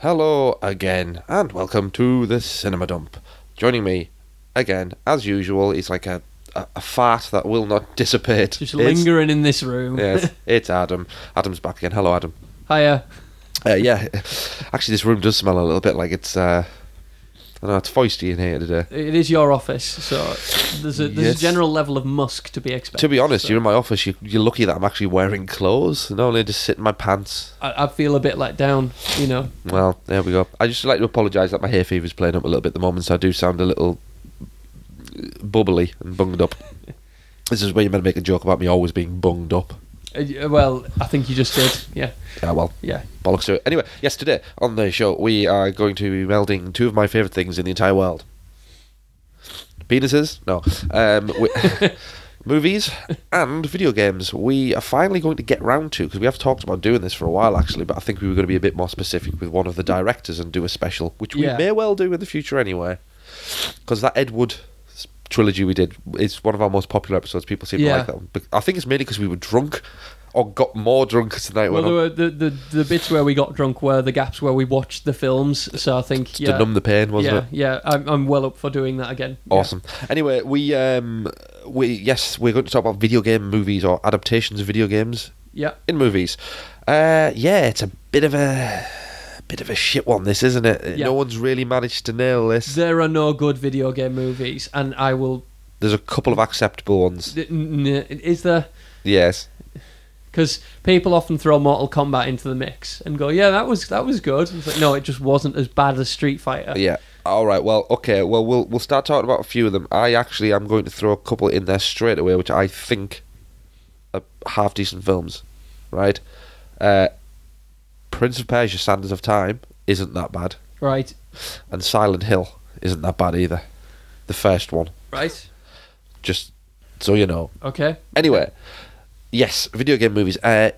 Hello again, and welcome to the Cinema Dump. Joining me again, as usual, is like a, a, a fart that will not dissipate. Just It's- lingering in this room. Yes, it's Adam. Adam's back again. Hello, Adam. Hiya. Uh, yeah, actually, this room does smell a little bit like it's. Uh, I know it's feisty in here today. It is your office, so there's a there's Yes. a general level of musk to be expected. To be honest, so you're in my office. You, you're lucky that I'm actually wearing clothes. Normally, I just sit in my pants. I, I feel a bit let down. You know, Well, there we go. I just like to apologise that my hair fever's playing up a little bit at the moment, so I do sound a little bubbly and bunged up. this is where you meant to make a joke about me always being bunged up. Uh, y- well, I think you just did. Yeah, Yeah, well, yeah. bollocks to it. Anyway, yes, today on the show we are going to be melding two of my favourite things in the entire world: penises, no, um, we- movies, and video games. We are finally going to get round to because we have talked about doing this for a while actually, but I think we were going to be a bit more specific with one of the directors and do a special, which Yeah. we may well do in the future anyway, because that Ed Wood s- trilogy we did is one of our most popular episodes. People seem to Yeah. like that one, but I think it's mainly because we were drunk. Or got more drunk as the night Well, went on. there were the, the the bits where we got drunk were the gaps where we watched the films. So I think yeah, to numb the pain, wasn't yeah, it? yeah. I'm I'm well up for doing that again. Yeah. Awesome. Anyway, we um we yes, we're going to talk about video game movies or adaptations of video games Yeah. in movies. Uh yeah, it's a bit of a bit of a shit one this, isn't it? Yeah. No one's really managed to nail this. There are no good video game movies, and I will. There's a couple of acceptable ones. n- n- Is there? Yes. Because people often throw Mortal Kombat into the mix and go, "Yeah, that was that was good." It's like, no, it just wasn't as bad as Street Fighter. Yeah. All right. Well, okay. Well, we'll we'll start talking about a few of them. I actually am going to throw a couple in there straight away, which I think are half decent films, right? Uh, Prince of Persia: Sands of Time isn't that bad, Right. and Silent Hill isn't that bad either. The first one, Right. just so you know. Okay. Anyway, yes, video game movies. Uh,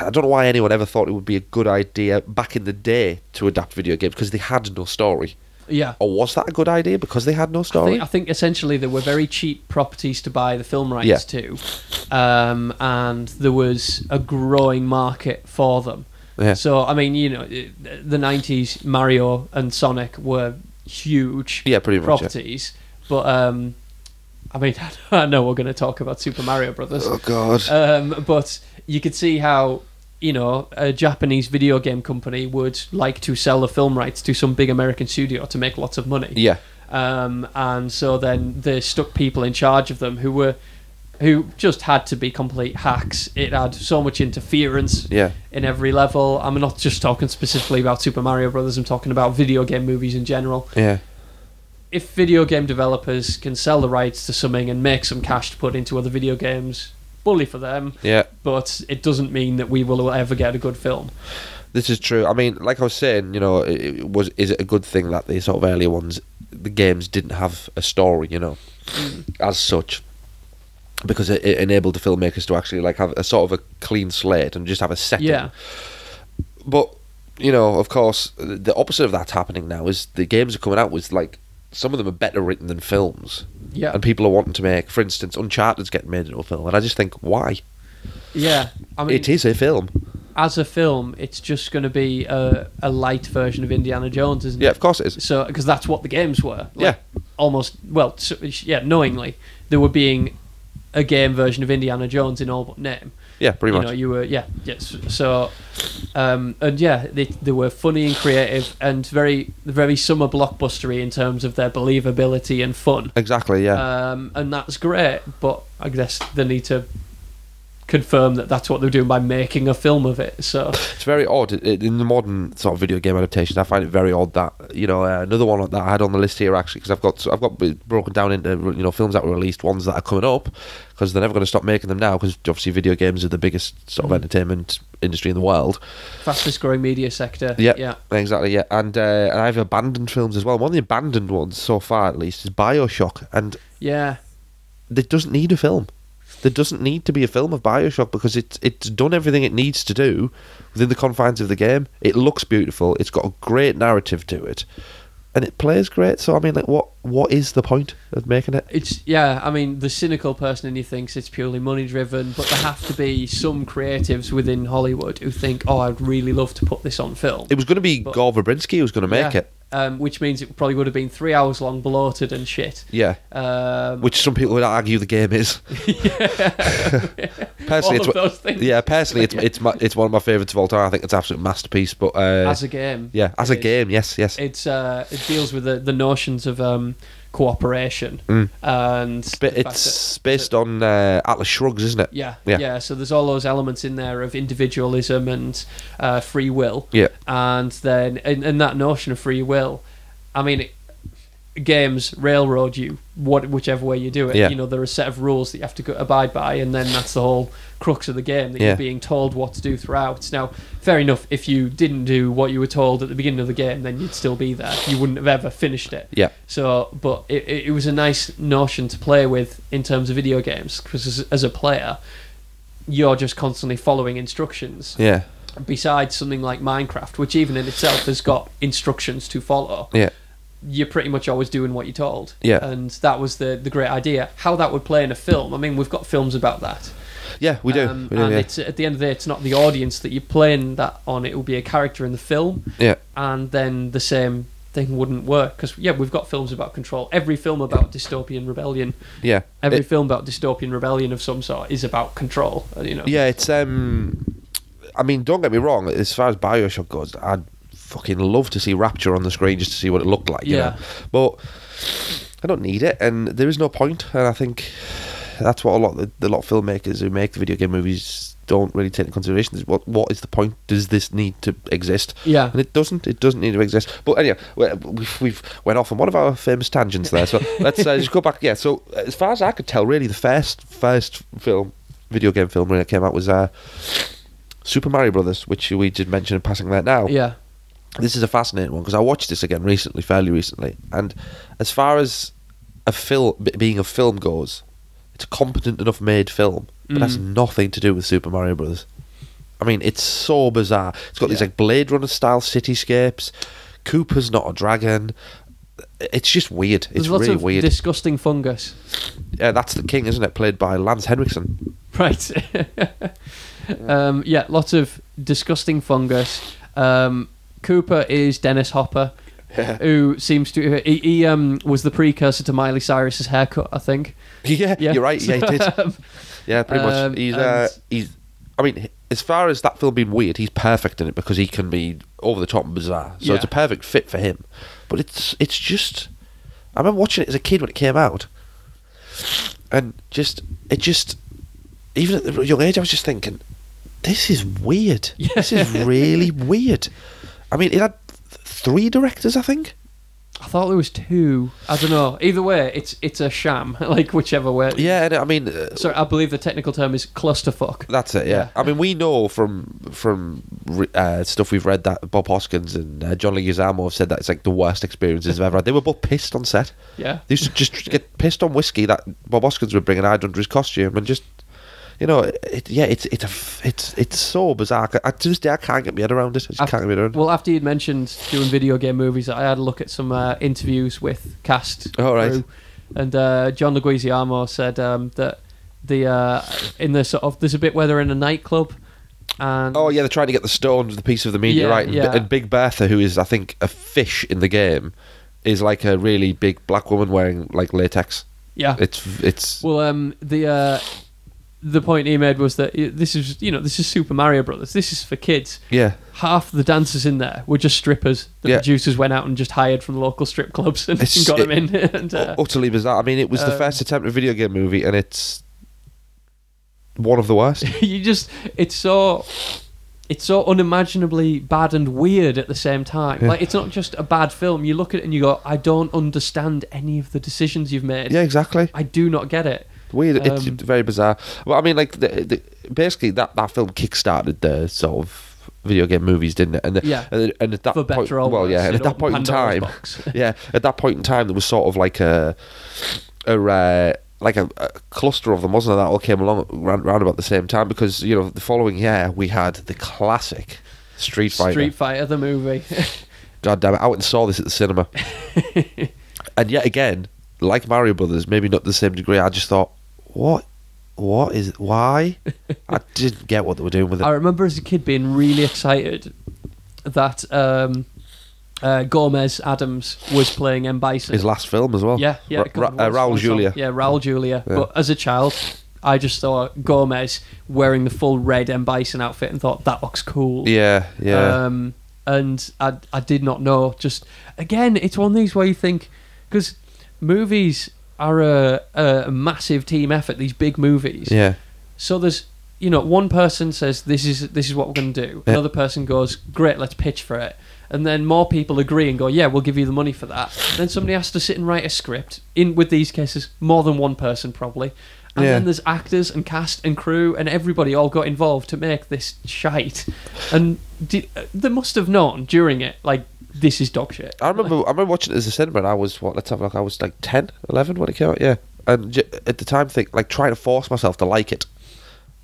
I don't know why anyone ever thought it would be a good idea back in the day to adapt video games because they had no story. Yeah. Or was that a good idea because they had no I story? think, I think essentially there were very cheap properties to buy the film rights Yeah. to, um, and there was a growing market for them. Yeah. So I mean, you know, it- the '90s Mario and Sonic were huge Yeah, pretty much, yeah. properties, but um, I mean, I know we're going to talk about Super Mario Brothers. Oh god. um, but you could see how you know a Japanese video game company would like to sell the film rights to some big American studio to make lots of money. yeah. Um, and so then they stuck people in charge of them who were who just had to be complete hacks. It had so much interference Yeah. in every level. I'm not just talking specifically about Super Mario Brothers. I'm talking about video game movies in general. Yeah. If video game developers can sell the rights to something and make some cash to put into other video games, bully for them Yeah. but it doesn't mean that we will ever get a good film. This is true. I mean, like I was saying, you know, it, it was is it a good thing that the sort of earlier ones, the games didn't have a story, you know, Mm. as such, because it, it enabled the filmmakers to actually like have a sort of a clean slate and just have a setting. Yeah, But you know, of course, the the opposite of that's happening now is the games are coming out with like some of them are better written than films, yeah, and people are wanting to make, for instance, Uncharted's getting made into a film, and I just think why? yeah. I mean, it is a film. as a film, it's just going to be a, a light version of Indiana Jones, isn't Yeah, it? of course it is. So, because that's what the games were. Yeah. Almost, well, so, yeah, knowingly, they were being a game version of Indiana Jones in all but name. Yeah, pretty you much. know, you were, yeah, yes. So, um, and yeah, they, they were funny and creative and very, very summer blockbustery in terms of their believability and fun. Exactly. Yeah. um, and that's great. But I guess they need to confirm that that's what they're doing by making a film of it. So It's very odd I- in the modern sort of video game adaptations. I find it very odd that you know uh, another one that I had on the list here actually because I've got I've got it broken down into you know films that were released, ones that are coming up because they're never going to stop making them now because obviously video games are the biggest sort of Mhm. entertainment industry in the world. fastest growing media sector. Yeah. yeah, Exactly. Yeah, and uh, and I've abandoned films as well. One of the abandoned ones so far at least is Bioshock, and yeah. there doesn't need a film. There doesn't need to be a film of Bioshock because it's it's done everything it needs to do within the confines of the game. It looks beautiful. It's got a great narrative to it. and it plays great. So I mean, like, what what is the point of making it? It's yeah. I mean, the cynical person in you thinks it's purely money driven, but there have to be some creatives within Hollywood who think, "Oh, I'd really love to put this on film." It was going to be But- Gore Verbinski who was going to make Yeah. it. um, which means it probably would have been three hours long, bloated and shit. Yeah, Um, which some people would argue the game is. all personally, it's of what, those things yeah, personally, it's it's my, it's one of my favorites of all time. I think it's an absolute masterpiece. But uh, as a game. yeah, as it a is. game, yes, yes, it's uh, it deals with the, the notions of um, cooperation Mm. and But the fact it's based on uh, Atlas Shrugs, isn't it? that- yeah, yeah. yeah so there's all those elements in there of individualism and uh, free will Yeah, and then and, and that notion of free will i mean it, games railroad you what whichever way you do it Yeah. you know there are a set of rules that you have to go, abide by and then that's the whole crux of the game that Yeah. you're being told what to do throughout now fair enough if you didn't do what you were told at the beginning of the game then you'd still be there you wouldn't have ever finished it yeah, so, but it, it it was a nice notion to play with in terms of video games because as, as a player, you're just constantly following instructions. yeah, Besides something like Minecraft, which even in itself has got instructions to follow, yeah, you're pretty much always doing what you're told. Yeah. And that was the, the great idea. How that would play in a film, I mean, we've got films about that. yeah. We do, Um, we do. and Yeah. it's, at the end of the day, it's not the audience that you're playing that on, it will be a character in the film yeah, and then the same thing wouldn't work because yeah we've got films about control every film about dystopian rebellion yeah. every It- film about dystopian rebellion of some sort is about control uh, you know Yeah, it's um. I mean, don't get me wrong. As far as Bioshock goes, I'd fucking love to see Rapture on the screen just to see what it looked like. You Yeah. know? but I don't need it, and there is no point. And I think that's what a lot of the lot of filmmakers who make the video game movies don't really take into consideration. Is what what is the point? Does this need to exist? yeah And it doesn't. It doesn't need to exist. But anyhow, we- we've, we've went off on one of our famous tangents there. So let's uh, just go back. Yeah. So as far as I could tell, really, the first first film, video game film, when it came out was uh, Super Mario Brothers, which we did mention in passing there. Now, yeah this is a fascinating one because I watched this again recently, fairly recently, and as far as a film being a film goes, it's a competent enough made film, but that's Mm. nothing to do with Super Mario Brothers. I mean, it's so bizarre. It's got these Yeah. like Blade Runner style cityscapes. Cooper's not a dragon. It's just weird. It's there's lots really of weird. disgusting fungus yeah, that's the king, isn't it? Played by Lance Henriksen. right um, yeah lots of disgusting fungus um, Cooper is Dennis Hopper who seems to he, he um, was the precursor to Miley Cyrus's haircut I think yeah, yeah you're right. Yeah, he did. Yeah, pretty Um, much. He's uh, he's. I mean, h- as far as that film being weird, he's perfect in it because he can be over the top and bizarre. So it's Yeah. a perfect fit for him. But it's it's just. I remember watching it as a kid when it came out, and just it just even at the young age, I was just thinking, this is weird. This is really weird. I mean, it had th- three directors, I think. I thought there was two. I don't know. Either way, it's it's a sham. Like whichever way. Yeah, and I mean, uh, Sorry, I believe the technical term is clusterfuck. That's it. Yeah. Yeah. I mean, we know from from re- uh, stuff we've read that Bob Hoskins and uh, John Leguizamo have said that it's like the worst experiences they've ever had. They were both pissed on set. Yeah. They used to just get pissed on whiskey that Bob Hoskins would bring and hide under his costume and just. You know, it, yeah, it's it's a f it's it's so bizarre. I, to this day, I can't get my head around it. I just I've- can't get my head around. it. Well, after you'd mentioned doing video game movies, I had a look at some uh, interviews with cast. Oh, right. crew, and uh, John Leguizamo said um, that the uh, in the sort of there's a bit where they're in a nightclub, and Oh yeah, they're trying to get the stone, the piece of the meteorite, Yeah, and, yeah. and Big Bertha, who is I think a fish in the game, is like a really big black woman wearing like latex. yeah. It's it's Well, um, the uh, the point he made was that uh, this is you know this is Super Mario Brothers. This is for kids. yeah. half the dancers in there were just strippers. The Yeah. producers went out and just hired from local strip clubs and It's- got it- them in. And, uh, U- utterly bizarre. I mean, it was the um, first attempt at a video game movie, and it's one of the worst. you just, it's so, it's so unimaginably bad and weird at the same time. Yeah. Like it's not just a bad film. You look at it and you go, I don't understand any of the decisions you've made. yeah, exactly. I do not get it. Weird. it's um, very bizarre. Well, I mean, like the, the, basically that that film kickstarted the sort of video game movies, didn't it? And the, Yeah. and, and at that For point, better or well, worse, yeah, and it at that opened point in Pandora's time, box. yeah, at that point in time, there was sort of like a, a uh, like a, a cluster of them, wasn't there? That all came along round, round about the same time because you know the following year we had the classic Street Fighter. Street Fighter the movie. God damn it! I went and saw this at the cinema, and yet again, like Mario Brothers, maybe not to the same degree. I just thought, what, what is, why? I didn't get what they were doing with it. I remember as a kid being really excited that um, uh, Gomez Adams was playing M Bison. His last film as well. yeah, yeah, Ra- God, Ra- uh, Raul what's- what's on- Julia. Yeah, Raul Julia. Yeah. But as a child, I just saw Gomez wearing the full red M Bison outfit and thought that looks cool. Yeah, yeah. Um, and I, I did not know. Just again, it's one of these where you think because movies are a, a massive team effort. These big movies. yeah. So there's you know one person says this is this is what we're going to do. Yeah. Another person goes great, let's pitch for it. And then more people agree and go, yeah, we'll give you the money for that. Then somebody has to sit and write a script. In with these cases, more than one person probably. And Yeah. then there's actors and cast and crew and everybody all got involved to make this shite. And di- they must have known during it, like this is dog shit. I remember I remember watching it as a cinema and I was what let's have a look I was like 10 11 when it came out yeah and j- at the time think like trying to force myself to like it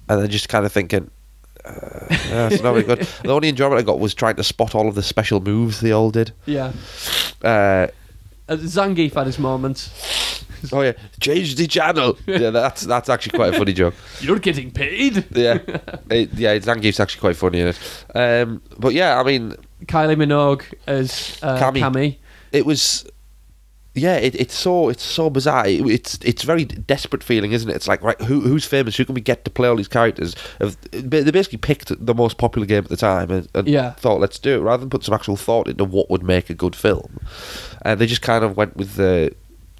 and then just kind of thinking uh, yeah, it's not very good the only enjoyment I got was trying to spot all of the special moves they all did Yeah, uh, Uh, Zangief had his moments. oh yeah change the channel yeah that's that's actually quite a funny joke You're getting paid. yeah it, yeah Zangief's actually quite funny in it um, but yeah I mean Kylie Minogue as uh, Cammy. Cammy. it was yeah it, it's so it's so bizarre It- it's it's very desperate feeling isn't it it's like right who who's famous who can we get to play all these characters Of- ba- they basically picked the most popular game at the time and, and Yeah. thought let's do it rather than put some actual thought into what would make a good film and they just kind of went with the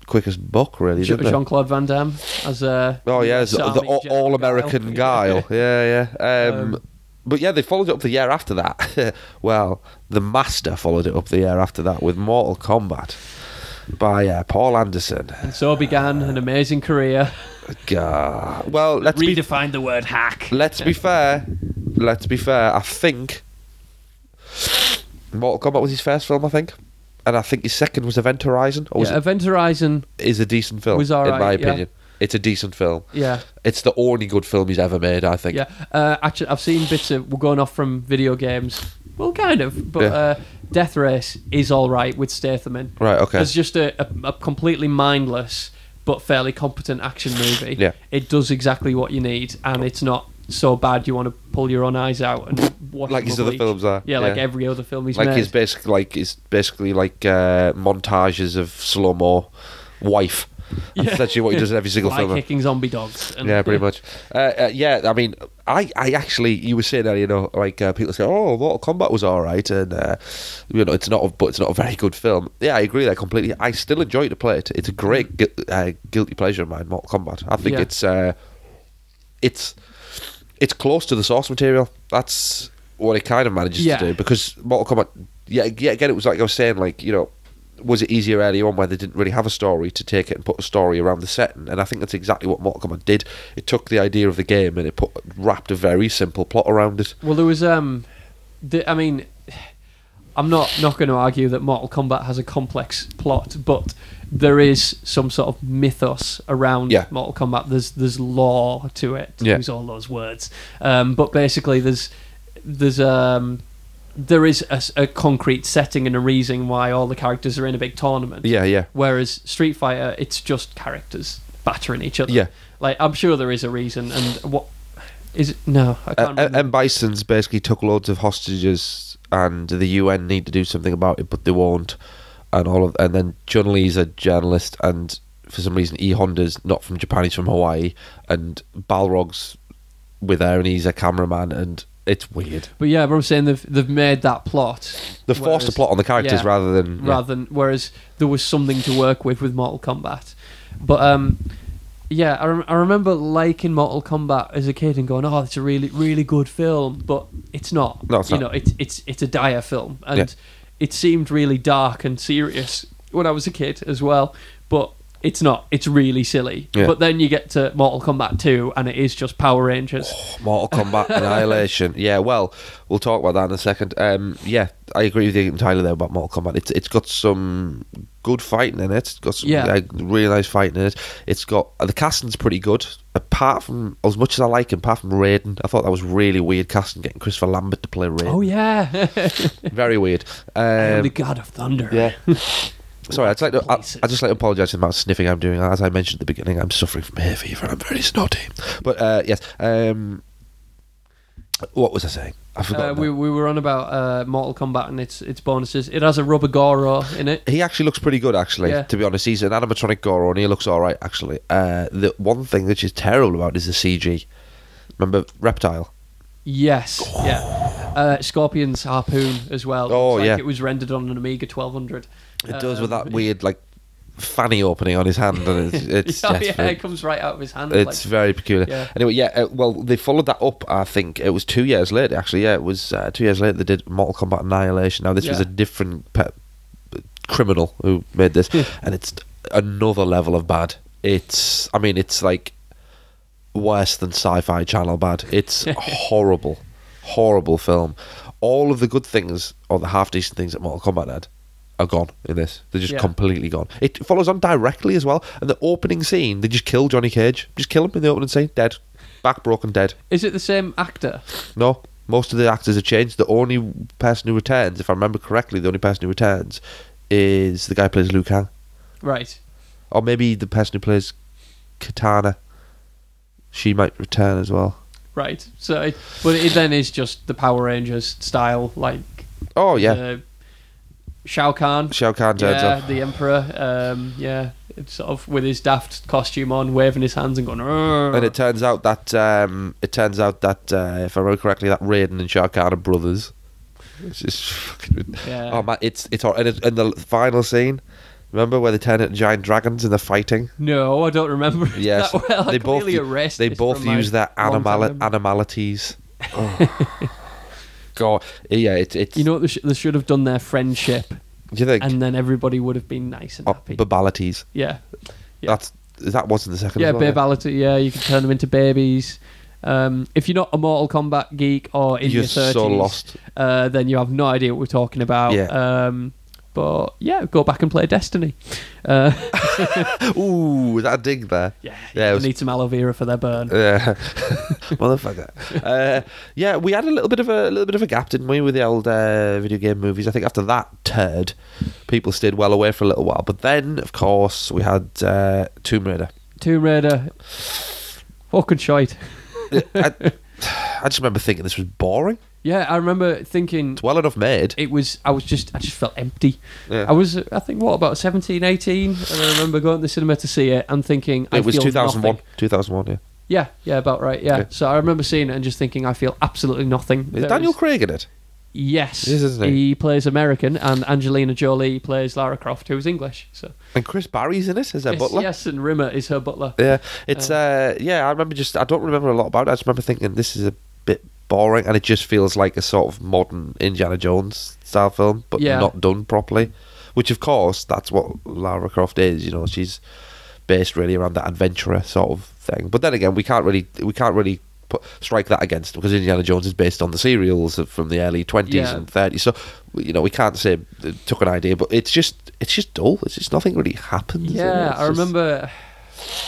quickest buck really didn't they? Jean Claude Van Damme as a Oh yeah, it's the, Sami General all American guile. Yeah, yeah. Um, Um, but yeah, they followed it up the year after that. well, the master followed it up the year after that with Mortal Kombat by uh, Paul Anderson. And so began an amazing career. Gah. Well, let's be Redefined the word hack. let's be fair. Let's be fair. I think Mortal Kombat was his first film, I think, and I think his second was Event Horizon, or was yeah, Event Horizon. it, is a decent film was in alright, my yeah. opinion. It's a decent film. Yeah, It's the only good film he's ever made, I think. yeah. Uh, actually, I've seen bits of. We're going off from video games. Well, kind of, but Yeah. uh, Death Race is all right with Statham in. Right. Okay. It's just a, a, a completely mindless but fairly competent action movie. Yeah. It does exactly what you need, and it's not so bad you want to pull your own eyes out and watch like them his a other week. films are. Yeah, like every other film he's like made. his basic like his basically like uh, montages of slow mo wife. That's Yeah. essentially what he does in every single Like film. kicking zombie dogs. and- Yeah, pretty much. Uh, uh, yeah, I mean, I, I actually, you were saying that, you know, like uh, people say, oh, Mortal Kombat was all right, and uh, you know, it's not, a, but it's not a very good film. Yeah, I agree there completely. I still enjoy it to play it. It's a great gu- uh, guilty pleasure of mine, Mortal Kombat. I think Yeah. it's, uh, it's, it's close to the source material. That's what it kind of manages Yeah. to do because Mortal Kombat. Yeah, yeah. Again, it was like I was saying, like you know, was it easier earlier on where they didn't really have a story to take it and put a story around the setting? And I think that's exactly what Mortal Kombat did. It took the idea of the game and it put wrapped a very simple plot around it. Well, there was um, the, I mean, I'm not not going to argue that Mortal Kombat has a complex plot, but there is some sort of mythos around Yeah. Mortal Kombat. There's there's lore to it. Yeah. Use all those words. Um, but basically, there's there's um. There is a, s- a concrete setting and a reason why all the characters are in a big tournament. Yeah, yeah, Whereas Street Fighter, it's just characters battering each other. yeah. Like I'm sure there is a reason, and what is it? No, I Uh, can't. M- remember. M. Bison's basically took loads of hostages, and the UN need to do something about it, but they won't. And all of, and then John Lee's a journalist, and for some reason, E Honda's not from Japan; he's from Hawaii, and Balrog's with her, and he's a cameraman, and it's weird. But yeah, but I'm saying they've they've made that plot They forced a Whereas- plot on the characters yeah, rather than yeah. rather than whereas there was something to work with with Mortal Kombat. But um, yeah, I, rem- I remember liking Mortal Kombat as a kid and going, "Oh, it's a really really good film," but it's not. No, it's you not. know, it's it's it's a dire film, and Yeah. it seemed really dark and serious when I was a kid as well. But It's not. It's really silly. Yeah. But then you get to Mortal Kombat 2 and it is just Power Rangers. Oh. Mortal Kombat Annihilation. Yeah, well, we'll talk about that in a second. Um, yeah, I agree with you entirely there about Mortal Kombat. It's it's got some good fighting in it. It's got some Yeah. like, really nice fighting in it. It's got uh, the casting's pretty good. Apart from as much as I like him, apart from Raiden, I thought that was really weird casting getting Christopher Lambert to play Raiden. Oh yeah. very weird. I am Um, the God of Thunder. yeah. Sorry, I'd like to, I, Places. I just like to apologise for the amount of sniffing I'm doing. As I mentioned at the beginning, I'm suffering from hay fever and I'm very snotty. But uh, yes, um, what was I saying? I forgot. Uh, we, we were on about uh, Mortal Kombat and its its bonuses. It has a rubber Goro in it. he actually looks pretty good, actually. Yeah. To be honest, he's an animatronic Goro, and he looks all right, actually. Uh, the one thing which is terrible about is the CG. Remember Reptile? Yes. Yeah. Uh, Scorpion's harpoon as well. Oh, Looks like yeah. It was rendered on an Amiga 1200. It does with Um, that weird like fanny opening on his hand, and it's, it's oh, yes, yeah, it comes right out of his hand. It's like, very peculiar. Yeah. Anyway, yeah. Uh, well, they followed that up. I think it was two years later. Actually, yeah, it was uh, two years later. They did Mortal Kombat Annihilation. Now this was Yeah. a different pe- criminal who made this, Hmm. and it's another level of bad. It's. I mean, it's like worse than Sci-Fi Channel bad. It's horrible, horrible film. All of the good things or the half decent things that Mortal Kombat had are gone in this. They're just Yeah. completely gone. It follows on directly as well. And the opening scene, they just kill Johnny Cage. Just kill him in the opening scene. Dead, back broken, dead. is it the same actor? No, most of the actors have changed. The only person who returns, if I remember correctly, the only person who returns is the guy who plays Liu Kang, Right. or maybe the person who plays Katana. She might return as well. Right. So, it, but it then is just the Power Rangers style, like Oh yeah, uh, Shao Kahn. Shao Kahn turns yeah, up. the Emperor. Um, yeah, it's sort of with his daft costume on, waving his hands and going. "Arr." And it turns out that um, it turns out that uh, if I remember correctly, that Raiden and Shao Kahn are brothers. It's just fucking. Yeah. Oh man, it's it's hor- and, it, and the final scene. Remember where they turn into giant dragons and they're fighting? No, I don't remember. it Yes, that well. I they both clearly u- erased they this both from my use their long-term animali- memory. animalities. Oh. God, yeah, it's it's. You know what they, sh- they should have done their friendship, do you think and then everybody would have been nice and oh, happy. babalities? yeah, Yeah. That's that was in the second. yeah, as well, babality. Yeah, you can turn them into babies. Um, if you're not a Mortal Kombat geek or in You're your 30s, so lost. Uh, then you have no idea what we're talking about. Yeah. Um, but yeah, go back and play Destiny. Uh, Ooh, that dig there. yeah, Yeah, it you was- Uh, need some aloe vera for their burn. Yeah, motherfucker. Uh, yeah, we had a little bit of a little bit of a gap, didn't we, with the old uh, video game movies? I think after that turd, people stayed well away for a little while. But then, of course, we had uh, Tomb Raider. Tomb Raider, fucking shite. I, I just remember thinking this was boring. Yeah, I remember thinking It's well enough made. it was. I was just. I just felt empty. Yeah. I was, I think, what about 17, 18? And I remember going to the cinema to see it and thinking, I it was feel 2001. nothing. 2001. Yeah, Yeah, yeah, about right. Yeah. Yeah. So I remember seeing it and just thinking, I feel absolutely nothing. is There Daniel is- Craig in it? yes, Yes, isn't he? he plays American, and Angelina Jolie plays Lara Croft, who's English. So And Chris Barry's in it as their yes, butler. yes, and Rimmer is her butler. Yeah, it's Um, uh, yeah. I remember just I don't remember a lot about it. I just remember thinking this is a bit boring, and it just feels like a sort of modern Indiana Jones style film, but Yeah. not done properly. Which, of course, that's what Lara Croft is. You know, she's based really around that adventurer sort of thing. But then again, we can't really we can't really put, strike that against because Indiana Jones is based on the serials of- from the early twenties Yeah. and thirties. So you know, we can't say they took an idea, but it's just it's just dull. It's just nothing really happens. in it. Yeah, It's I just- remember.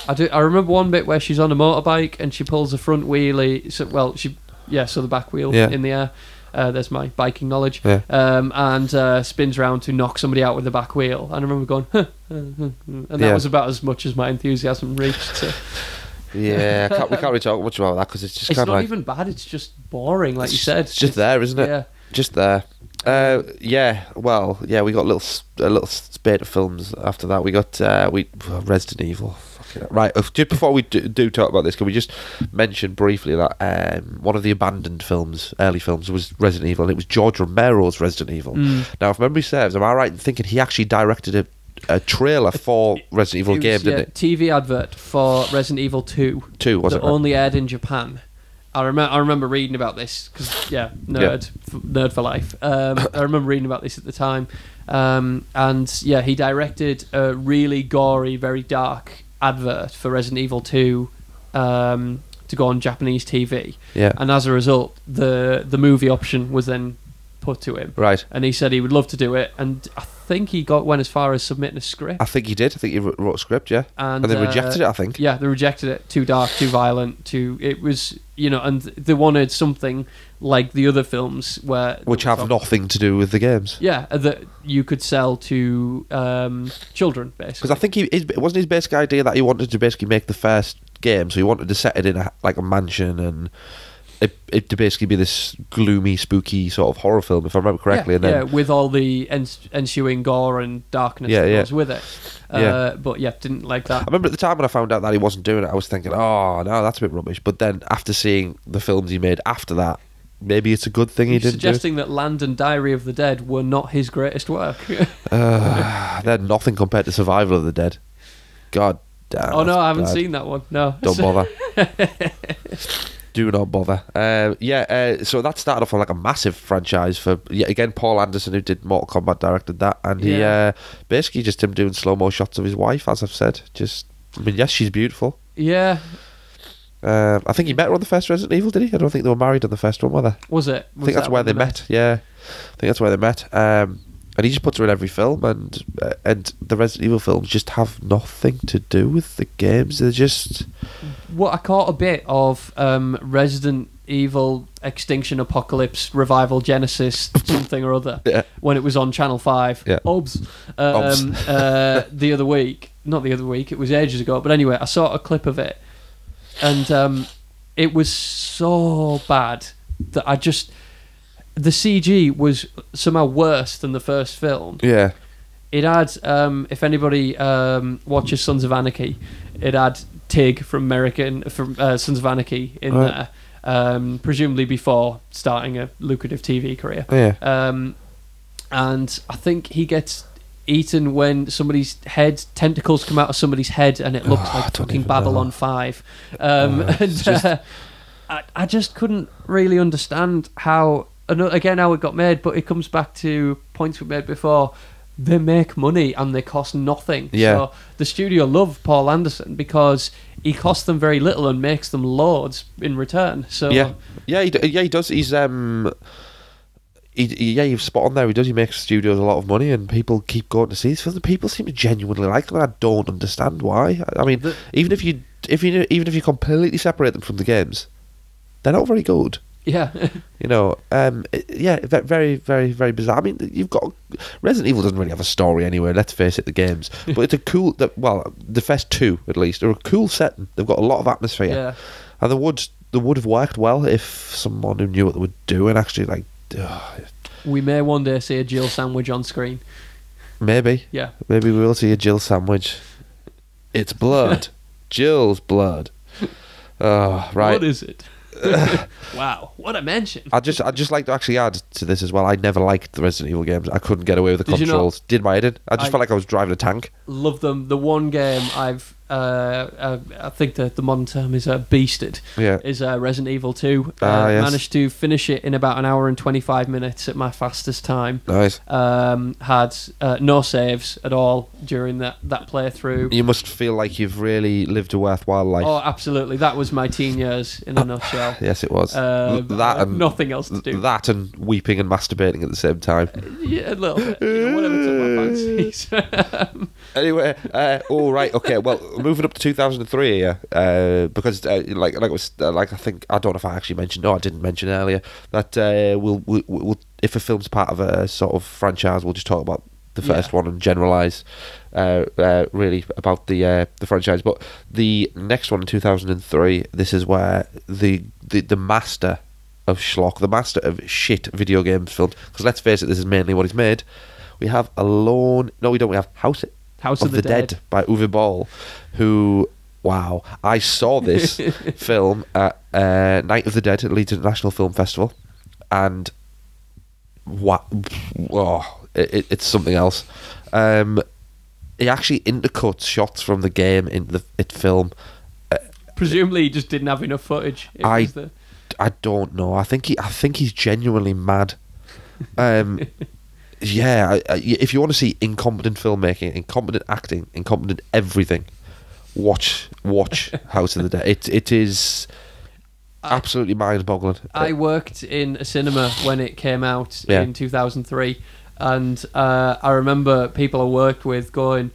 I do. I remember one bit where she's on a motorbike and she pulls the front wheelie. So, well, she yeah, so the back wheel Yeah. in the air. Uh, there's my biking knowledge. Yeah. Um, and uh, spins round to knock somebody out with the back wheel. And I remember going, huh, huh, huh, huh. and that Yeah. was about as much as my enthusiasm reached. So. Yeah, I can't, we can't really talk much about that because it's just It's kind not of like even bad. It's just boring, like it's you just- said. It's just there, isn't it? Yeah. Just there. Uh, yeah. Well, yeah. We got a little s- a little spate of films after that. We got uh, we Resident Evil. Fucking hell. Right. if- Just before we do, do talk about this, can we just mention briefly that um, one of the abandoned films, early films, was Resident Evil, and it was George Romero's Resident Evil. Mm. Now, if memory serves, am I right in thinking he actually directed a, a trailer for Resident Evil It was, game, didn't yeah, it? TV advert for Resident Evil Two Two, that wasn't it? only aired in Japan. I remember I remember reading about this because yeah, nerd f- nerd for life. Um, I remember reading about this at the time, um, and yeah, he directed a really gory, very dark advert for Resident Evil Two um, to go on Japanese TV, Yeah. and as a result, the the movie option was then put to him, Right. and he said he would love to do it, and I think he got went as far as submitting a script. I think he did. I think he wr- wrote a script, yeah. And, And, they uh, rejected it, I think. Yeah, they rejected it. Too dark, too violent, too. It was, you know, and they wanted something like the other films where. Which have nothing to do with the games. Yeah, uh, that you could sell to um, children, Because basically. I think he his, it wasn't his basic idea that he wanted to basically make the first game, so he wanted to set it in a, like a mansion and it, it to basically be this gloomy, spooky sort of horror film, if I remember correctly. yeah, and then yeah, with all the ens- ensuing gore and darkness Yeah, that yeah. goes with it. Uh, Yeah. But yeah, didn't like I that. remember at the time when I found out that he wasn't doing it, I was thinking, oh, no, that's a bit rubbish. But then after seeing the films he made after that, maybe it's a good thing he You're didn't do it. suggesting that Land and Diary of the Dead were not his greatest work. Ah, They're nothing compared to Survival of the Dead. God damn. oh no, that's I haven't bad. seen that one. No, Don't bother. Do not bother. Uh, yeah, uh, so that started off on like a massive franchise for yet again Paul Anderson, who did Mortal Kombat, directed that, and he Yeah. uh, basically just him doing slow mo shots of his wife, as I've said. Just, I mean, yes, she's beautiful. yeah, Uh, I think he met her on the first Resident Evil, did he? I don't think they were married on the first one, were they? was it? I Was think that's that where one they the best? met. Yeah, I think that's where they met. Um, and he just puts her in every film, and uh, and the Resident Evil films just have nothing to do with the games. They're just What I caught a bit of um, Resident Evil Extinction Apocalypse Revival Genesis something or other Yeah. when it was on Channel Five. Yeah. Obs. Um, uh, the other week, not the other week, it was ages ago. But anyway, I saw a clip of it, and um, it was so bad that I just the CG was somehow worse than the first film yeah, it had um, if anybody um, watches Sons of Anarchy, it had Tig from American from uh, Sons of Anarchy in Right. there, um, presumably before starting a lucrative TV career. yeah. Um, and I think he gets eaten when somebody's head tentacles come out of somebody's head, and it looks Oh, I like don't fucking even know. Babylon Five. Um, Oh, and it's just- uh, I, I just couldn't really understand how and uh, again how it got made, but it comes back to points we made before. They make money and they cost nothing. Yeah. So the studio love Paul Anderson because he costs them very little and makes them loads in return. So um, Yeah, yeah, he, d- yeah. He does. He's um, he, he- yeah, you've spot on there. He does. He makes studios a lot of money, and people keep going to see these films. And people seem to genuinely like them. And I don't understand why. I, I mean, The- even if you if you even if you completely separate them from the games, they're not very good. yeah. You know, um, it- yeah, ve- very, very, very bizarre. I mean, you've got Resident Evil doesn't really have a story anyway. Let's face it, the games, but it's a cool. The, well, the first two at least are a cool setting. They've got a lot of atmosphere. yeah. And they would they would have worked well if someone who knew what they were doing actually like ugh, We may one day see a Jill sandwich on screen. maybe Yeah. maybe we will see a Jill sandwich. It's blood, Jill's blood. Oh, right. What is it? wow. What a mention. I just I just like to actually add to this as well. I never liked the Resident Evil games. I couldn't get away with the Did you not? controls. Did my head in. I just I- felt like I was driving a tank. Love them. The one game I've, uh, uh, I think the, the modern term is uh, beasted, Yeah. is uh, Resident Evil 2. Uh, Ah, yes. Managed to finish it in about an hour and 25 minutes at my fastest time. Nice. Um, had uh, no saves at all during that, that playthrough. You must feel like you've really lived a worthwhile life. Oh, absolutely. That was my teen years in a nutshell. yes, it was. Um, that I had and nothing else to do. that and weeping and masturbating at the same time. Yeah, a little bit. You know, whatever took my fancies. Anyway, uh, all right, okay. Well, moving up to 2003 here, uh, because uh, like like I was uh, like I think I don't know if I actually mentioned. No, I didn't mention earlier that uh, we'll, we'll we'll if a film's part of a sort of franchise, we'll just talk about the Yeah. first one and generalize uh, uh, really about the uh, the franchise. But the next one in 2003, this is where the the, the master of schlock, the master of shit video game films, because let's face it, this is mainly what he's made. We have Alone. No, we don't. We have House House of the, Dead. by Uwe Boll, who wow, I saw this film at uh, Night of the Dead at Leeds International Film Festival, and what? Oh, it, it- it's something else. Um, he actually intercuts shots from the game into the it film. Presumably, he just didn't have enough footage. It I- was the- I don't know. I think he I think he's genuinely mad. Um, yeah, I, I, if you want to see incompetent filmmaking, incompetent acting, incompetent everything, watch watch House of the Dead. It it is I- absolutely mind-boggling. I worked in a cinema when it came out Yeah. in 2003, and uh, I remember people I worked with going,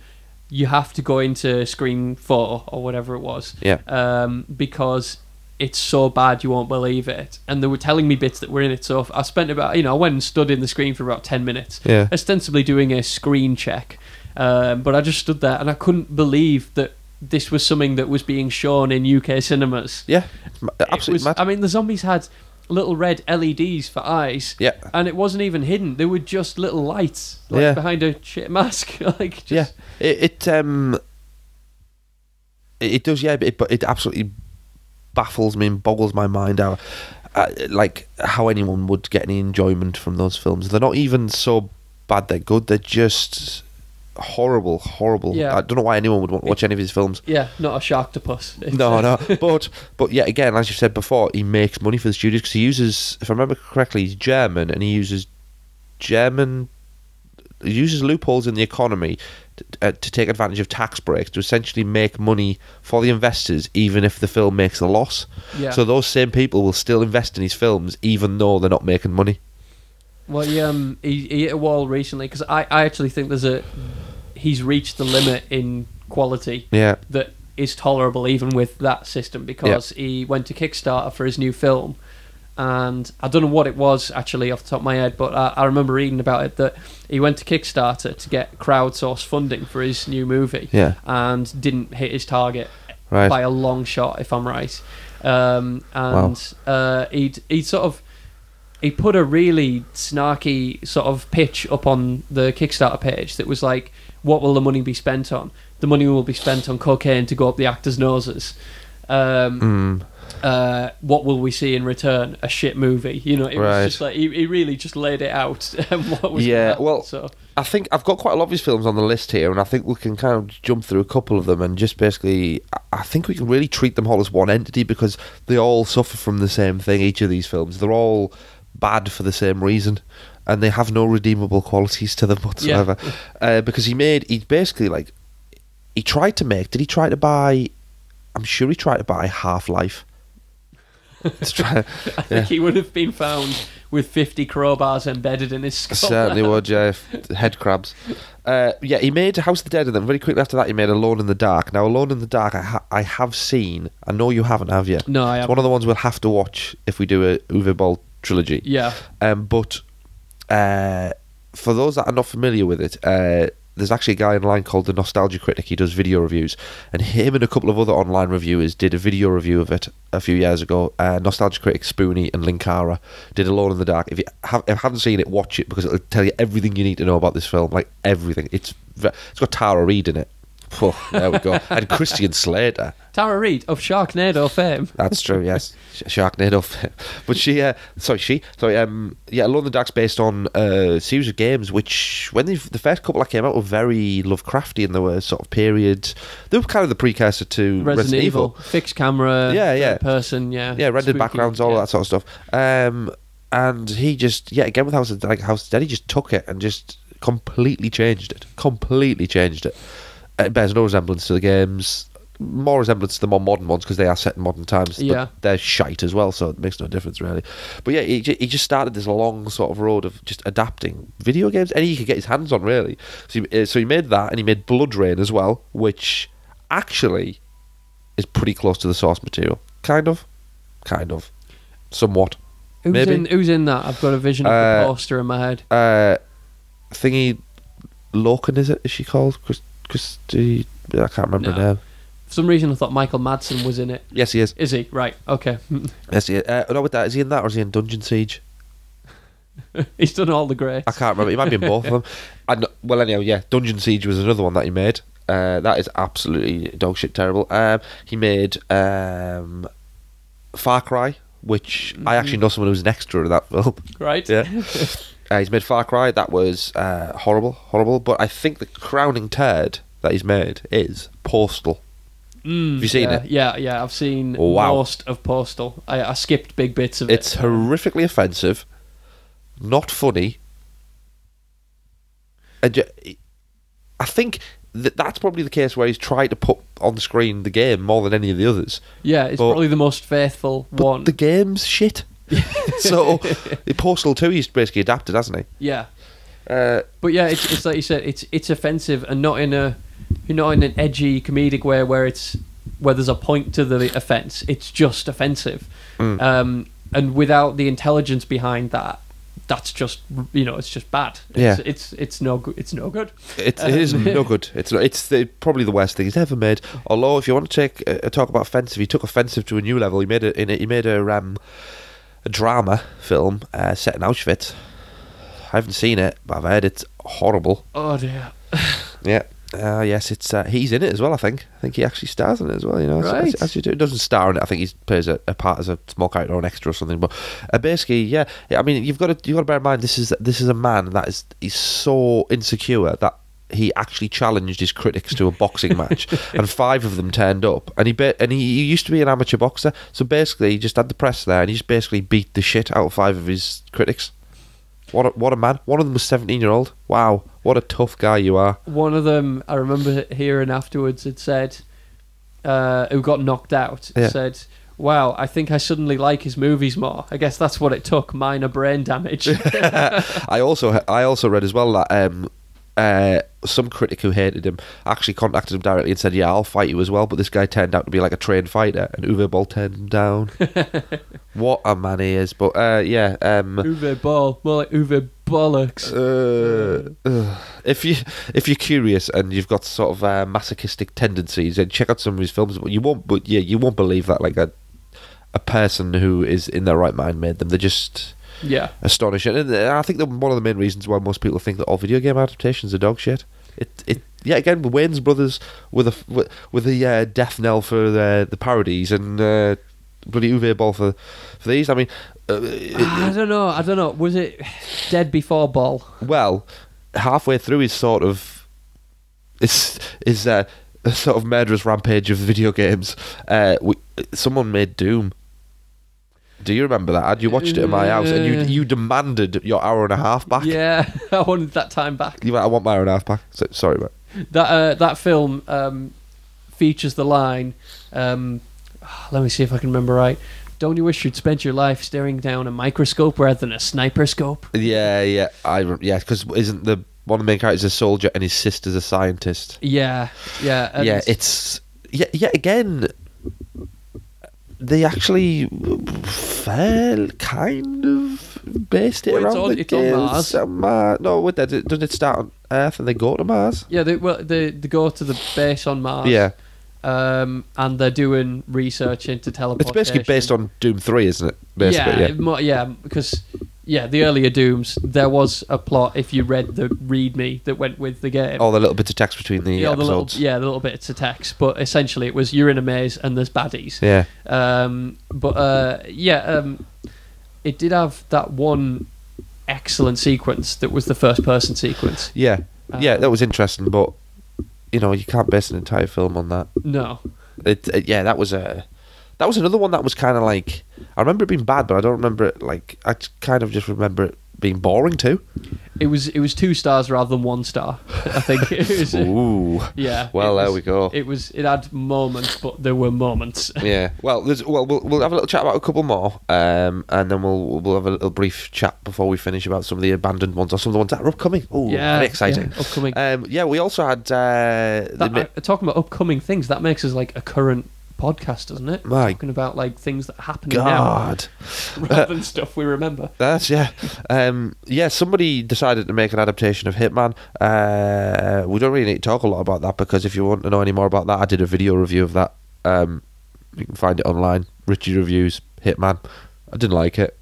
"You have to go into screen four or whatever it was, Yeah. um, because it's so bad you won't believe it." And they were telling me bits that were in it. So I spent about, you know, I went and stood in the screen for about 10 minutes, Yeah. ostensibly doing a screen check, um, but I just stood there and I couldn't believe that this was something that was being shown in UK cinemas. yeah, m- It absolutely was- mad. I mean, the zombies had little red LEDs for eyes. Yeah. And it wasn't even hidden. They were just little lights like, Yeah. behind a shit mask. like, yeah, just, it, it um, it, it does. Yeah, but it, but it absolutely baffles me and boggles my mind how, uh, like how anyone would get any enjoyment from those films. They're not even so bad; they're good. They're just horrible, horrible. Yeah. I don't know why anyone would want to watch any of his films. yeah, not a sharktopus. It's, No, uh, no, but but yet again, as you said before, he makes money for the studios because he uses, if I remember correctly, he's German and he uses German, he uses loopholes in the economy to, uh, to take advantage of tax breaks to essentially make money for the investors, even if the film makes a loss. Yeah. So those same people will still invest in his films, even though they're not making money. Well, he, um, he, he hit a wall recently because I, I actually think there's a. He's reached the limit in quality Yeah, that is tolerable even with that system because he went to Kickstarter for his new film. And I don't know what it was actually off the top of my head, but I, I remember reading about it that he went to Kickstarter to get crowdsourced funding for his new movie Yeah. and didn't hit his target Right. by a long shot, if I'm right. Um, and uh, he'd, he'd sort of he put a really snarky sort of pitch up on the Kickstarter page that was like, "What will the money be spent on? The money will be spent on cocaine to go up the actors' noses." Hmm. Um, uh, what will we see in return? A shit movie, you know. It Right. was just like he, he really just laid it out. um, what was Yeah, gonna happen, well, so I think I've got quite a lot of his films on the list here, and I think we can kind of jump through a couple of them and just basically. I- I think we can really treat them all as one entity because they all suffer from the same thing, each of these films. They're all bad for the same reason, and they have no redeemable qualities to them whatsoever. Uh, because he made. He basically, like. He tried to make. Did he try to buy. I'm sure he tried to buy Half Life. Let's try. I think he would have been found with fifty crowbars embedded in his skull. Certainly would, yeah. F- Head crabs. Uh, yeah, he made House of the Dead, and then very quickly after that, he made Alone in the Dark. Now, Alone in the Dark, I, ha- I have seen. I know you haven't, have you? No, I It's haven't. one of the ones we'll have to watch if we do a Uwe Boll trilogy. Yeah, Um, but uh, for those that are not familiar with it, uh, there's actually a guy online called the Nostalgia Critic. He does video reviews, and him and a couple of other online reviewers did a video review of it a few years ago. Uh, Nostalgia Critic, Spoonie, and Linkara did Alone in the Dark. If you, have, if you haven't seen it, watch it because it'll tell you everything you need to know about this film, like everything. It's ve- it's got Tara Reid in it. Phew, there we go, and Christian Slater. Tara Reid of Sharknado fame. That's true. Yes, Sh- Sharknado. but she, uh, sorry, she, sorry, um, yeah, Alone in the Dark's based on uh, a series of games, which when they, the first couple that came out were very Lovecraftian. They were uh, sort of period. They were kind of the precursor to Resident, Evil. fixed camera, Mm, Yeah, third yeah. person, yeah, Yeah, rendered spooky, backgrounds, all yeah. that sort of stuff. Um, and he just, yeah, again with House of like House of Dead, he just took it and just completely changed it. Completely changed it. It bears no resemblance to the games. More resemblance to the more modern ones because they are set in modern times. but Yeah. they're shite as well, so it makes no difference really. But yeah, he, ju- he just started this long sort of road of just adapting video games, any he could get his hands on really. So he, uh, so he made that, and he made Blood Rain as well, which actually is pretty close to the source material, kind of, kind of, somewhat. Who's Maybe. in? Who's in that? I've got a vision of Uh, the poster in my head. Uh, thingy, Loken is it? Is she called Chris? Christy? I can't remember No. her name. For some reason, I thought Michael Madsen was in it. Yes, he is. Is he? Right. Okay. Yes, he is. Uh, no, with that, is he in that or is he in Dungeon Siege? He's done all the greats. I can't remember. He might be in both of them. And well, anyhow, yeah, Dungeon Siege was another one that he made. Uh, that is absolutely dog shit terrible. Um, he made um, Far Cry, which I actually know someone who's an extra in that film. Right. Yeah. Uh, he's made Far Cry. That was uh, horrible, horrible. But I think the crowning turd that he's made is Postal. Mm, Have you seen yeah, it? Yeah, yeah. I've seen Oh, wow. most of Postal. I, I skipped big bits of It's it. horrifically offensive, not funny. And ju- I think that that's probably the case where he's tried to put on screen the game more than any of the others. Yeah, it's but- probably the most faithful But one. the game's shit. so the Postal 2 he's basically adapted, hasn't he? yeah, Uh, but yeah, it's, it's like you said. It's it's offensive and not in a not in an edgy comedic way where it's where there's a point to the offense. It's just offensive, Mm. um, and without the intelligence behind that, that's just you know it's just bad. It's, Yeah. it's it's no good. It's no good. It, it is Um, no good. It's not, it's the, probably the worst thing he's ever made. Although, if you want to take uh, talk about offensive, he took offensive to a new level. He made a in a, he made a, um, a drama film uh, set in Auschwitz. I haven't seen it, but I've heard it's horrible. Oh dear. Yeah. Uh, yes, it's uh, he's in it as well. I think. I think he actually stars in it as well. You know, as- as, Right. as you do, doesn't star in it. I think he plays a, a part as a small character or an extra or something. But uh, basically, yeah. yeah, I mean, you've got to you've got to bear in mind this is this is a man that is he's so insecure that he actually challenged his critics to a boxing match, and five of them turned up. And he ba- and he, he used to be an amateur boxer, so basically he just had the press there, and he just basically beat the shit out of five of his critics. What a, what a man! One of them was seventeen year old. Wow, what a tough guy you are. one of them I remember hearing afterwards had said, uh, who got knocked out, Yeah. said, "Wow, I think I suddenly like his movies more. I guess that's what it took. Minor brain damage." I also I also read as well that um, uh, some critic who hated him actually contacted him directly and said, "Yeah, I'll fight you as well." But this guy turned out to be like a trained fighter, and Uwe Boll turned him down. what a man he is! But uh, yeah, um, Uwe Ball, more like Uwe bollocks. uh, ugh. if you if you're curious and you've got sort of uh, masochistic tendencies, then check out some of his films. But you won't, but yeah, you won't believe that like a a person who is in their right mind made them. They're just Yeah, astonishing. And uh, I think that one of the main reasons why most people think that all video game adaptations are dog shit. It it yeah again the Wayne's brothers with the with, with the uh, death knell for the the parodies and uh, bloody Uwe Ball for for these. I mean, uh, Ah, I don't know. I don't know. Was it Dead Before Ball? well, halfway through his sort of his his uh, sort of murderous rampage of video games, uh, we, someone made Doom. Do you remember that? Ad? You watched it at my house, and you Uh. you demanded your hour and a half back. Yeah, I wanted that time back. You might, I want my own half back. So, sorry, mate. That uh, that film um, features the line. Um, let me see if I can remember right. Don't you wish you'd spent your life staring down a microscope rather than a sniper scope? Yeah, yeah, I rem- yeah, because isn't the one of the main characters a soldier and his sister's a scientist? Yeah, yeah, and yeah, it's yeah, yeah. Again, they actually fair kind of based it Well, it's around on- the it's on games Mars. and Mar- no, what does it doesn't it start on Earth and they go to Mars? yeah. They well, they, they go to the base on Mars. Yeah, um, and they're doing research into it's teleportation. basically based on Doom Three, isn't it? Basically, yeah, mo- yeah, because yeah, the earlier Dooms there was a plot. If you read the readme that went with the game, All the little bits of text between the yeah, the little episodes. yeah, the little bits of text, but essentially it was you're in a maze and there's baddies. yeah. Um, but uh, yeah, um, it did have that one excellent sequence that was the first person sequence. Yeah, yeah, Um, that was interesting, but you know you can't base an entire film on that. No, It, it- yeah, that was a that was another one that was kind of like I remember it being bad, but I don't remember it like I j- kind of just remember it being boring too. it was it was two stars rather than one star. I think it was. Ooh, Yeah. Well, it there was- we go. It was. It had moments, but there were moments. yeah. Well, there's, well, we'll we'll have a little chat about a couple more, um, and then we'll we'll have a little brief chat before we finish about some of the abandoned ones or some of the ones that are upcoming. Ooh, yeah. very exciting. yeah, upcoming. Um, yeah, we also had uh, the That- mi- uh, talking about upcoming things, that makes us like a current podcast, doesn't it? My talking about like things that are happening God. now, rather than stuff we remember. That's yeah, um, yeah. Somebody decided to make an adaptation of Hitman. Uh, we don't really need to talk a lot about that because if you want to know any more about that, I did a video review of that. Um, you can find it online. Richie reviews Hitman. I didn't like it.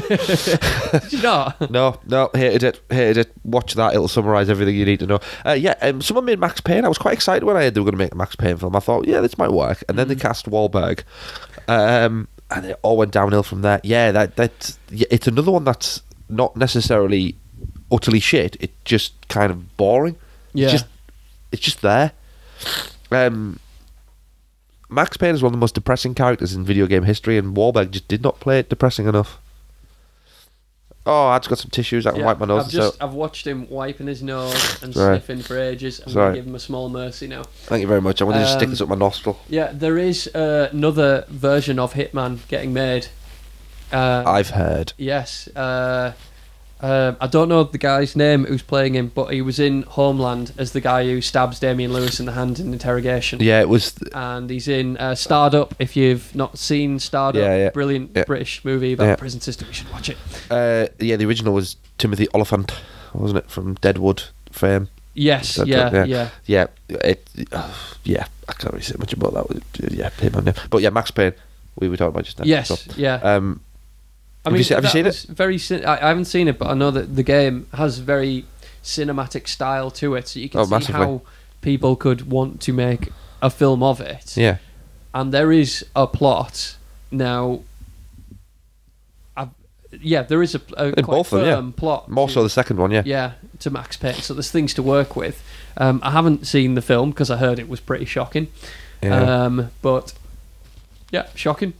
Did you not? No, no, hated it, hated it. Watch that; it'll summarize everything you need to know. Uh, yeah, um, someone made Max Payne. I was quite excited when I heard they were going to make a Max Payne film. I thought, yeah, this might work. And then they cast Wahlberg, um, and it all went downhill from there. Yeah, that that yeah, it's another one that's not necessarily utterly shit. It's just kind of boring. Yeah. It's just, it's just there. Um, Max Payne is one of the most depressing characters in video game history, and Warburg just did not play it depressing enough. Oh, I just got some tissues. I can Yeah, wipe my nose. I've and so- just I've watched him wiping his nose and Sorry. sniffing for ages. I'm Sorry. gonna give him a small mercy now. Thank you very much. I'm going to just stick Um, this up my nostril. Yeah, there is uh, another version of Hitman getting made. Uh, I've heard. Yes. Uh, uh, I don't know the guy's name who's playing him, but he was in Homeland as the guy who stabs Damian Lewis in the hand in interrogation. Yeah, it was. And he's in uh, Starred Up. If you've not seen Starred Up, Yeah, yeah. brilliant Yeah. British movie about Yeah. the prison system. You should watch it. Uh, yeah, the original was Timothy Oliphant, wasn't it, from Deadwood fame? Yes. Starred yeah, Up, yeah. yeah. Yeah, it. Uh, yeah, I can't really say much about that. Yeah, him and him. But yeah, Max Payne, we were talking about just now. Yes. So, yeah. um, I Have you mean, se- have you that seen it? was Very. Cin- I, I haven't seen it, but I know that the game has very cinematic style to it, so you can Oh, see massively. how people could want to make a film of it. yeah, and there is a plot now. I, yeah, there is a, a In quite both of firm them, yeah. plot. more to, so the second one. Yeah, yeah, to Max Payne. So there's things to work with. Um, I haven't seen the film because I heard it was pretty shocking. Yeah. Um, but yeah, shocking.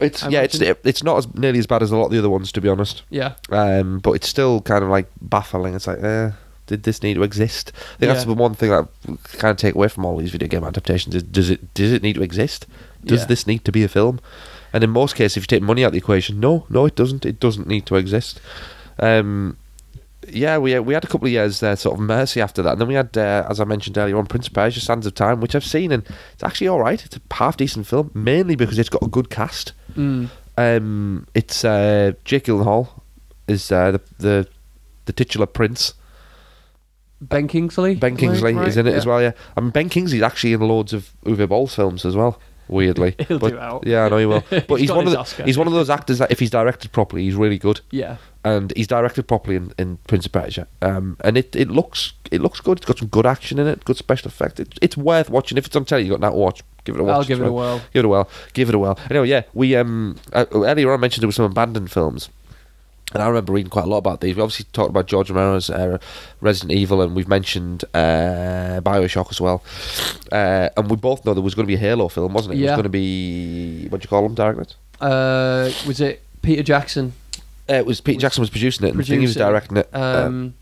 it's I yeah, it's imagine- it's not as nearly as bad as a lot of the other ones, to be honest. Yeah, um, but it's still kind of like baffling. It's like, eh, did this need to exist? I think that's Yeah. the one thing that I kind of take away from all these video game adaptations is does it does it need to exist? Does Yeah. this need to be a film? And in most cases, if you take money out of the equation, no, no, it doesn't. It doesn't need to exist. Um, yeah, we we had a couple of years there, sort of mercy after that, and then we had, uh, as I mentioned earlier on, Prince of Persia: Sands of Time, which I've seen, and it's actually all right. It's a half decent film, mainly because it's got a good cast. mm, Um, it's uh, Jake Gyllenhaal is uh, the the the titular prince. Ben Kingsley. Ben am I Kingsley right? is in it yeah. as well. Yeah, I mean Ben Kingsley's actually in loads of Uwe Boll's films as well. Weirdly, He'll but, do out. Yeah, I know he will. But he's, He's got one of his the, Oscar. he's one of those actors that if he's directed properly, he's really good. Yeah, And he's directed properly in, in Prince of Persia. Um, and it, it looks it looks good. It's got some good action in it. Good special effect. It, it's worth watching. If it's on telly, you have got that watch. Give it a watch. I'll It's give it a worth- whirl. Give it a whirl. Give it a whirl. Anyway, yeah, we um uh, earlier on mentioned there were some abandoned films, and I remember reading quite a lot about these. We obviously talked about George Romero's uh, Resident Evil, and we've mentioned uh, Bioshock as well. Uh, and we both know there was going to be a Halo film, wasn't it? It Yeah. was going to be what do you call him, directed. Uh, was it Peter Jackson? Uh, it was Pete Was Jackson was producing it, and I think he was producing it. directing it. Um, Um,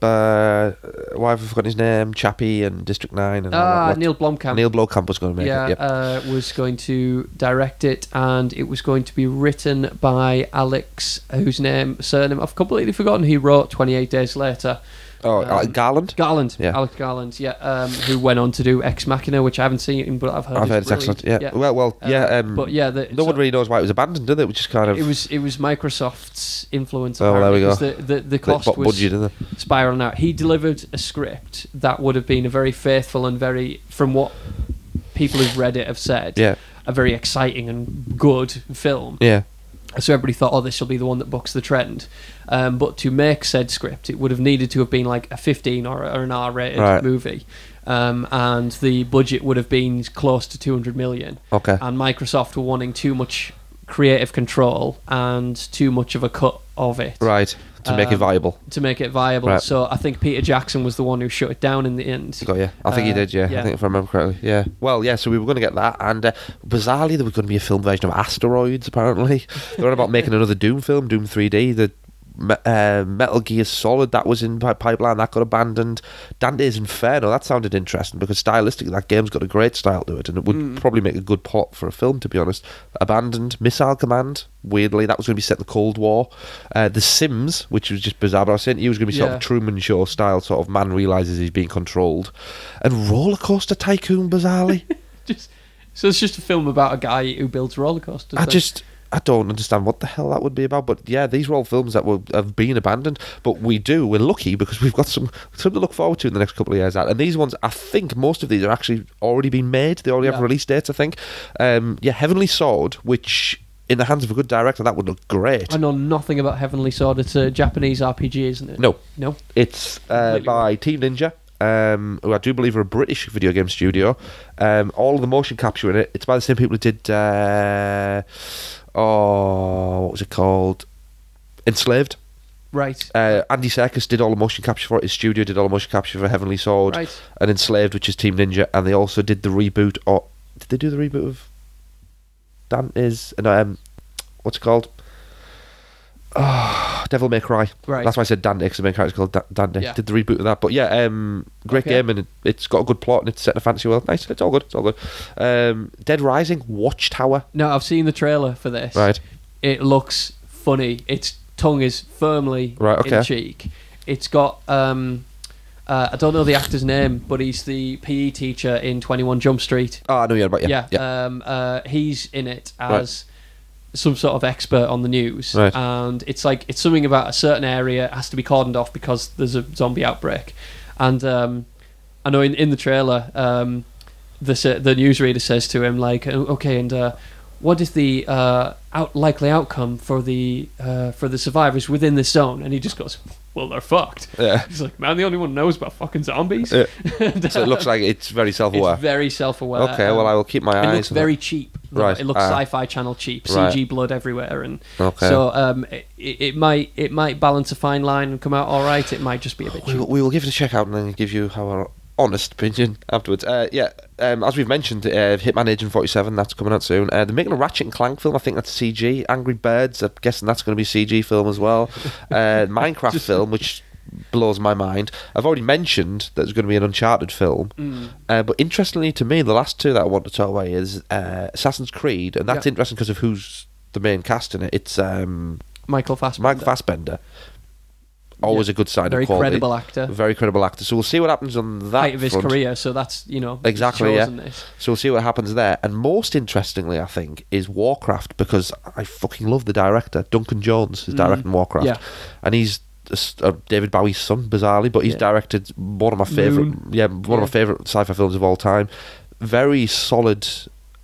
why have I forgotten his name? Chappie and District Nine and all that ah, lot. Neil Blomkamp. Uh, Neil Blomkamp was going to make yeah, it. Yep. uh, was going to direct it, and it was going to be written by Alex, whose name surname I've completely forgotten. He wrote Twenty Eight Days Later. oh, uh, um, Garland. Garland, Yeah. Alex Garland, yeah, um, who went on to do Ex Machina, which I haven't seen, but I've heard. I've is heard it's brilliant. excellent. Yeah. Well, well, Uh, yeah. Um, but yeah, the, no one really knows why it was abandoned, did it? Which is kind of It was it was Microsoft's influence. Oh, well, there we apparently, 'cause The, the, the cost what was budget, isn't spiraling out. He delivered a script that would have been a very faithful and very, from what people who've read it have said, it? Yeah, a very exciting and good film. yeah, So everybody thought, oh, this will be the one that bucks the trend. Um, but to make said script, it would have needed to have been like a 15 or, or an R rated Right. movie. Um, and the budget would have been close to 200 million. okay. And Microsoft were wanting too much creative control and too much of a cut of it right, to make it um, viable. to make it viable. Right. So I think Peter Jackson was the one who shut it down in the end. Got you. I think he uh, did. Yeah. I yeah. think if I remember correctly. Yeah. Well, yeah. So we were going to get that, and uh, bizarrely, there was going to be a film version of Asteroids. Apparently, they were about making another Doom film, Doom 3D. The me- uh, Metal Gear Solid that was in pi- pipeline that got abandoned. Dante's Inferno that sounded interesting because stylistically that game's got a great style to it, and it would probably make a good plot for a film. To be honest, abandoned Missile Command. Weirdly, that was going to be set in the Cold War. Uh, the Sims, which was just bizarre, but I was saying to you, it was going to be sort Yeah. of Truman Show style, sort of man realizes he's being controlled, and roller coaster tycoon. Bizarrely, Just, so it's just a film about a guy who builds roller coasters. I then. just I don't understand what the hell that would be about. But yeah, these were all films that were have been abandoned. But we do we're lucky because we've got some something to look forward to in the next couple of years. Out and these ones, I think most of these are actually already been made. They already have Yeah. release dates. I think. Um, yeah, Heavenly Sword, which in the hands of a good director, that would look great. I know nothing about Heavenly Sword. It's a Japanese RPG, isn't it? No, No. It's uh, Completely by Team Ninja, um, who I do believe are a British video game studio. Um, all the motion capture in it, it's by the same people who did. Uh, oh, what was it called? Enslaved. Right. Uh, Andy Serkis did all the motion capture for it. His studio did all the motion capture for Heavenly Sword Right. and Enslaved, which is Team Ninja, and they also did the reboot or Did they do the reboot of Dante's and um, what's it called? Oh, Devil May Cry. Right. That's why I said Dante because the main character's called Da- Dante. Yeah. Did the reboot of that, but yeah, um, great Okay. game and it, it's got a good plot and it's set in a fantasy world. Nice, it's all good. It's all good. Um, Dead Rising, Watchtower. No, I've seen the trailer for this. Right. It looks funny. Its tongue is firmly Right, okay. in cheek. It's got um, uh, I don't know the actor's name, but he's the PE teacher in Twenty One Jump Street. Oh, I know you about yeah, yeah. Yeah. Um, uh, he's in it as some sort of expert on the news, Right. and it's like it's something about a certain area has to be cordoned off because there's a zombie outbreak, and um, I know in, in the trailer, um, the sa- the newsreader says to him like, "Oh, okay, and uh, what is the uh, out likely outcome for the uh, for the survivors within this zone? And he just goes, well, they're fucked. Yeah. He's like, man, the only one who knows about fucking zombies. Yeah. And, So it looks like it's very uh, it's self-aware. very self-aware. okay, well I will keep my It eyes. looks on that. very cheap. though. Right, It looks ah. sci-fi channel cheap. Right. CG blood everywhere, and Okay. so um, it, it might it might balance a fine line and come out all right. It might just be a bit We cheap. will, we will give it a check out and then give you our honest opinion afterwards. Uh, yeah, um, as we've mentioned, uh, Hitman Agent 47, that's coming out soon. Uh, they're making a Ratchet and Clank film, I think that's CG. Angry Birds, I'm guessing that's going to be CG film as well. Uh, Minecraft film, which blows my mind. I've already mentioned that there's going to be an Uncharted film. Mm. Uh, but interestingly to me, the last two that I want to talk about is uh, Assassin's Creed, and that's Yeah. interesting because of who's the main cast in it. It's um, Michael Fassbender, Mike Fassbender. Always a good sign very of quality. credible actor. Very credible actor. So we'll see what happens on that height of his front. career. So that's you know he's Exactly, yeah. chosen this. So we'll see what happens there. And most interestingly, I think, is Warcraft because I fucking love the director. Duncan Jones is directing Warcraft, Mm-hmm. Yeah. and he's a s- uh, David Bowie's son, bizarrely, but he's Yeah. directed one of my favorite, Moon. yeah, one of Yeah. my favorite sci-fi films of all time. Very solid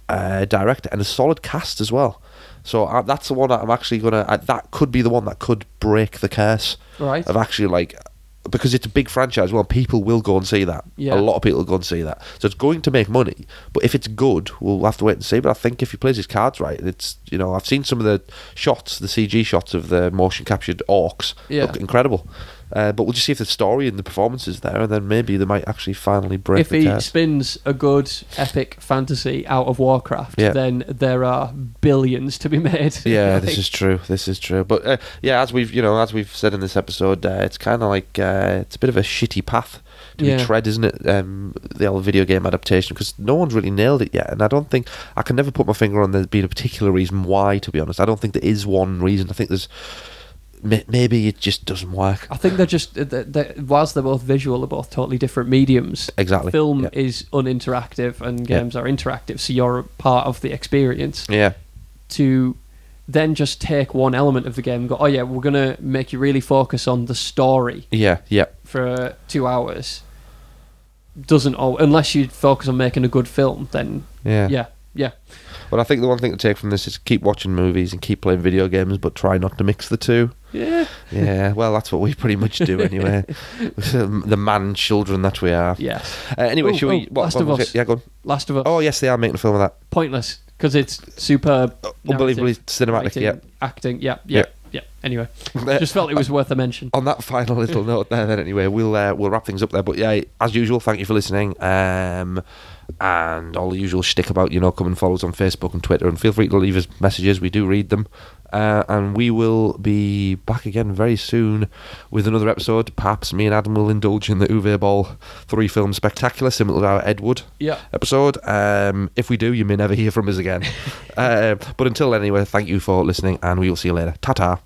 uh, director and a solid cast as well. So uh, that's the one that I'm actually gonna. Uh, that could be the one that could break the curse Right. of actually like because it's a big franchise. Well, people will go and see that. Yeah. A lot of people will go and see that. So it's going to make money. But if it's good, we'll have to wait and see. But I think if he plays his cards right, it's you know I've seen some of the shots, the CG shots of the motion captured orcs. Yeah. Look incredible. Uh, but we'll just see if the story and the performances there, and then maybe they might actually finally break If the he curse. spins a good epic fantasy out of Warcraft, Yeah. then there are billions to be made. Yeah, Like, this is true. This is true. But uh, yeah, as we've you know as we've said in this episode, uh, it's kind of like uh, it's a bit of a shitty path to be Yeah. tread, isn't it? Um, the old video game adaptation because no one's really nailed it yet, and I don't think I can never put my finger on there being a particular reason why. To be honest, I don't think there is one reason. I think there's may- maybe it just doesn't work. I think they're just they're, they're, whilst they're both visual, they're both totally different mediums. Exactly. Film Yeah. is uninteractive, and Yeah. games are interactive, so you're a part of the experience. Yeah, To then just take one element of the game, and go, oh yeah, we're gonna make you really focus on the story. yeah, yeah. for two hours doesn't all unless you focus on making a good film then Yeah. yeah yeah, But I think the one thing to take from this is keep watching movies and keep playing video games, but try not to mix the two. yeah. Yeah, well, that's what we pretty much do anyway. the man children that we are. yes Uh, anyway, Oh, should we? oh, Last of was Us. it? Yeah, go on. last of us Oh, yes, they are making a film of that. pointless because it's superb Unbelievably narrative, cinematic. writing, Yeah. Uh, acting yeah yeah yeah anyway just felt it was worth a mention on that final little note there, then anyway, we'll uh, we'll wrap things up there. But yeah, as usual, thank you for listening, um, and all the usual shtick about you know come and follow us on Facebook and Twitter, and feel free to leave us messages. We do read them, uh, and we will be back again very soon with another episode. Perhaps me and Adam will indulge in the Uwe Ball three film spectacular, similar to our Ed Wood yeah episode. Um, if we do, you may never hear from us again. uh, but until then, anyway, thank you for listening, and we will see you later. Ta ta.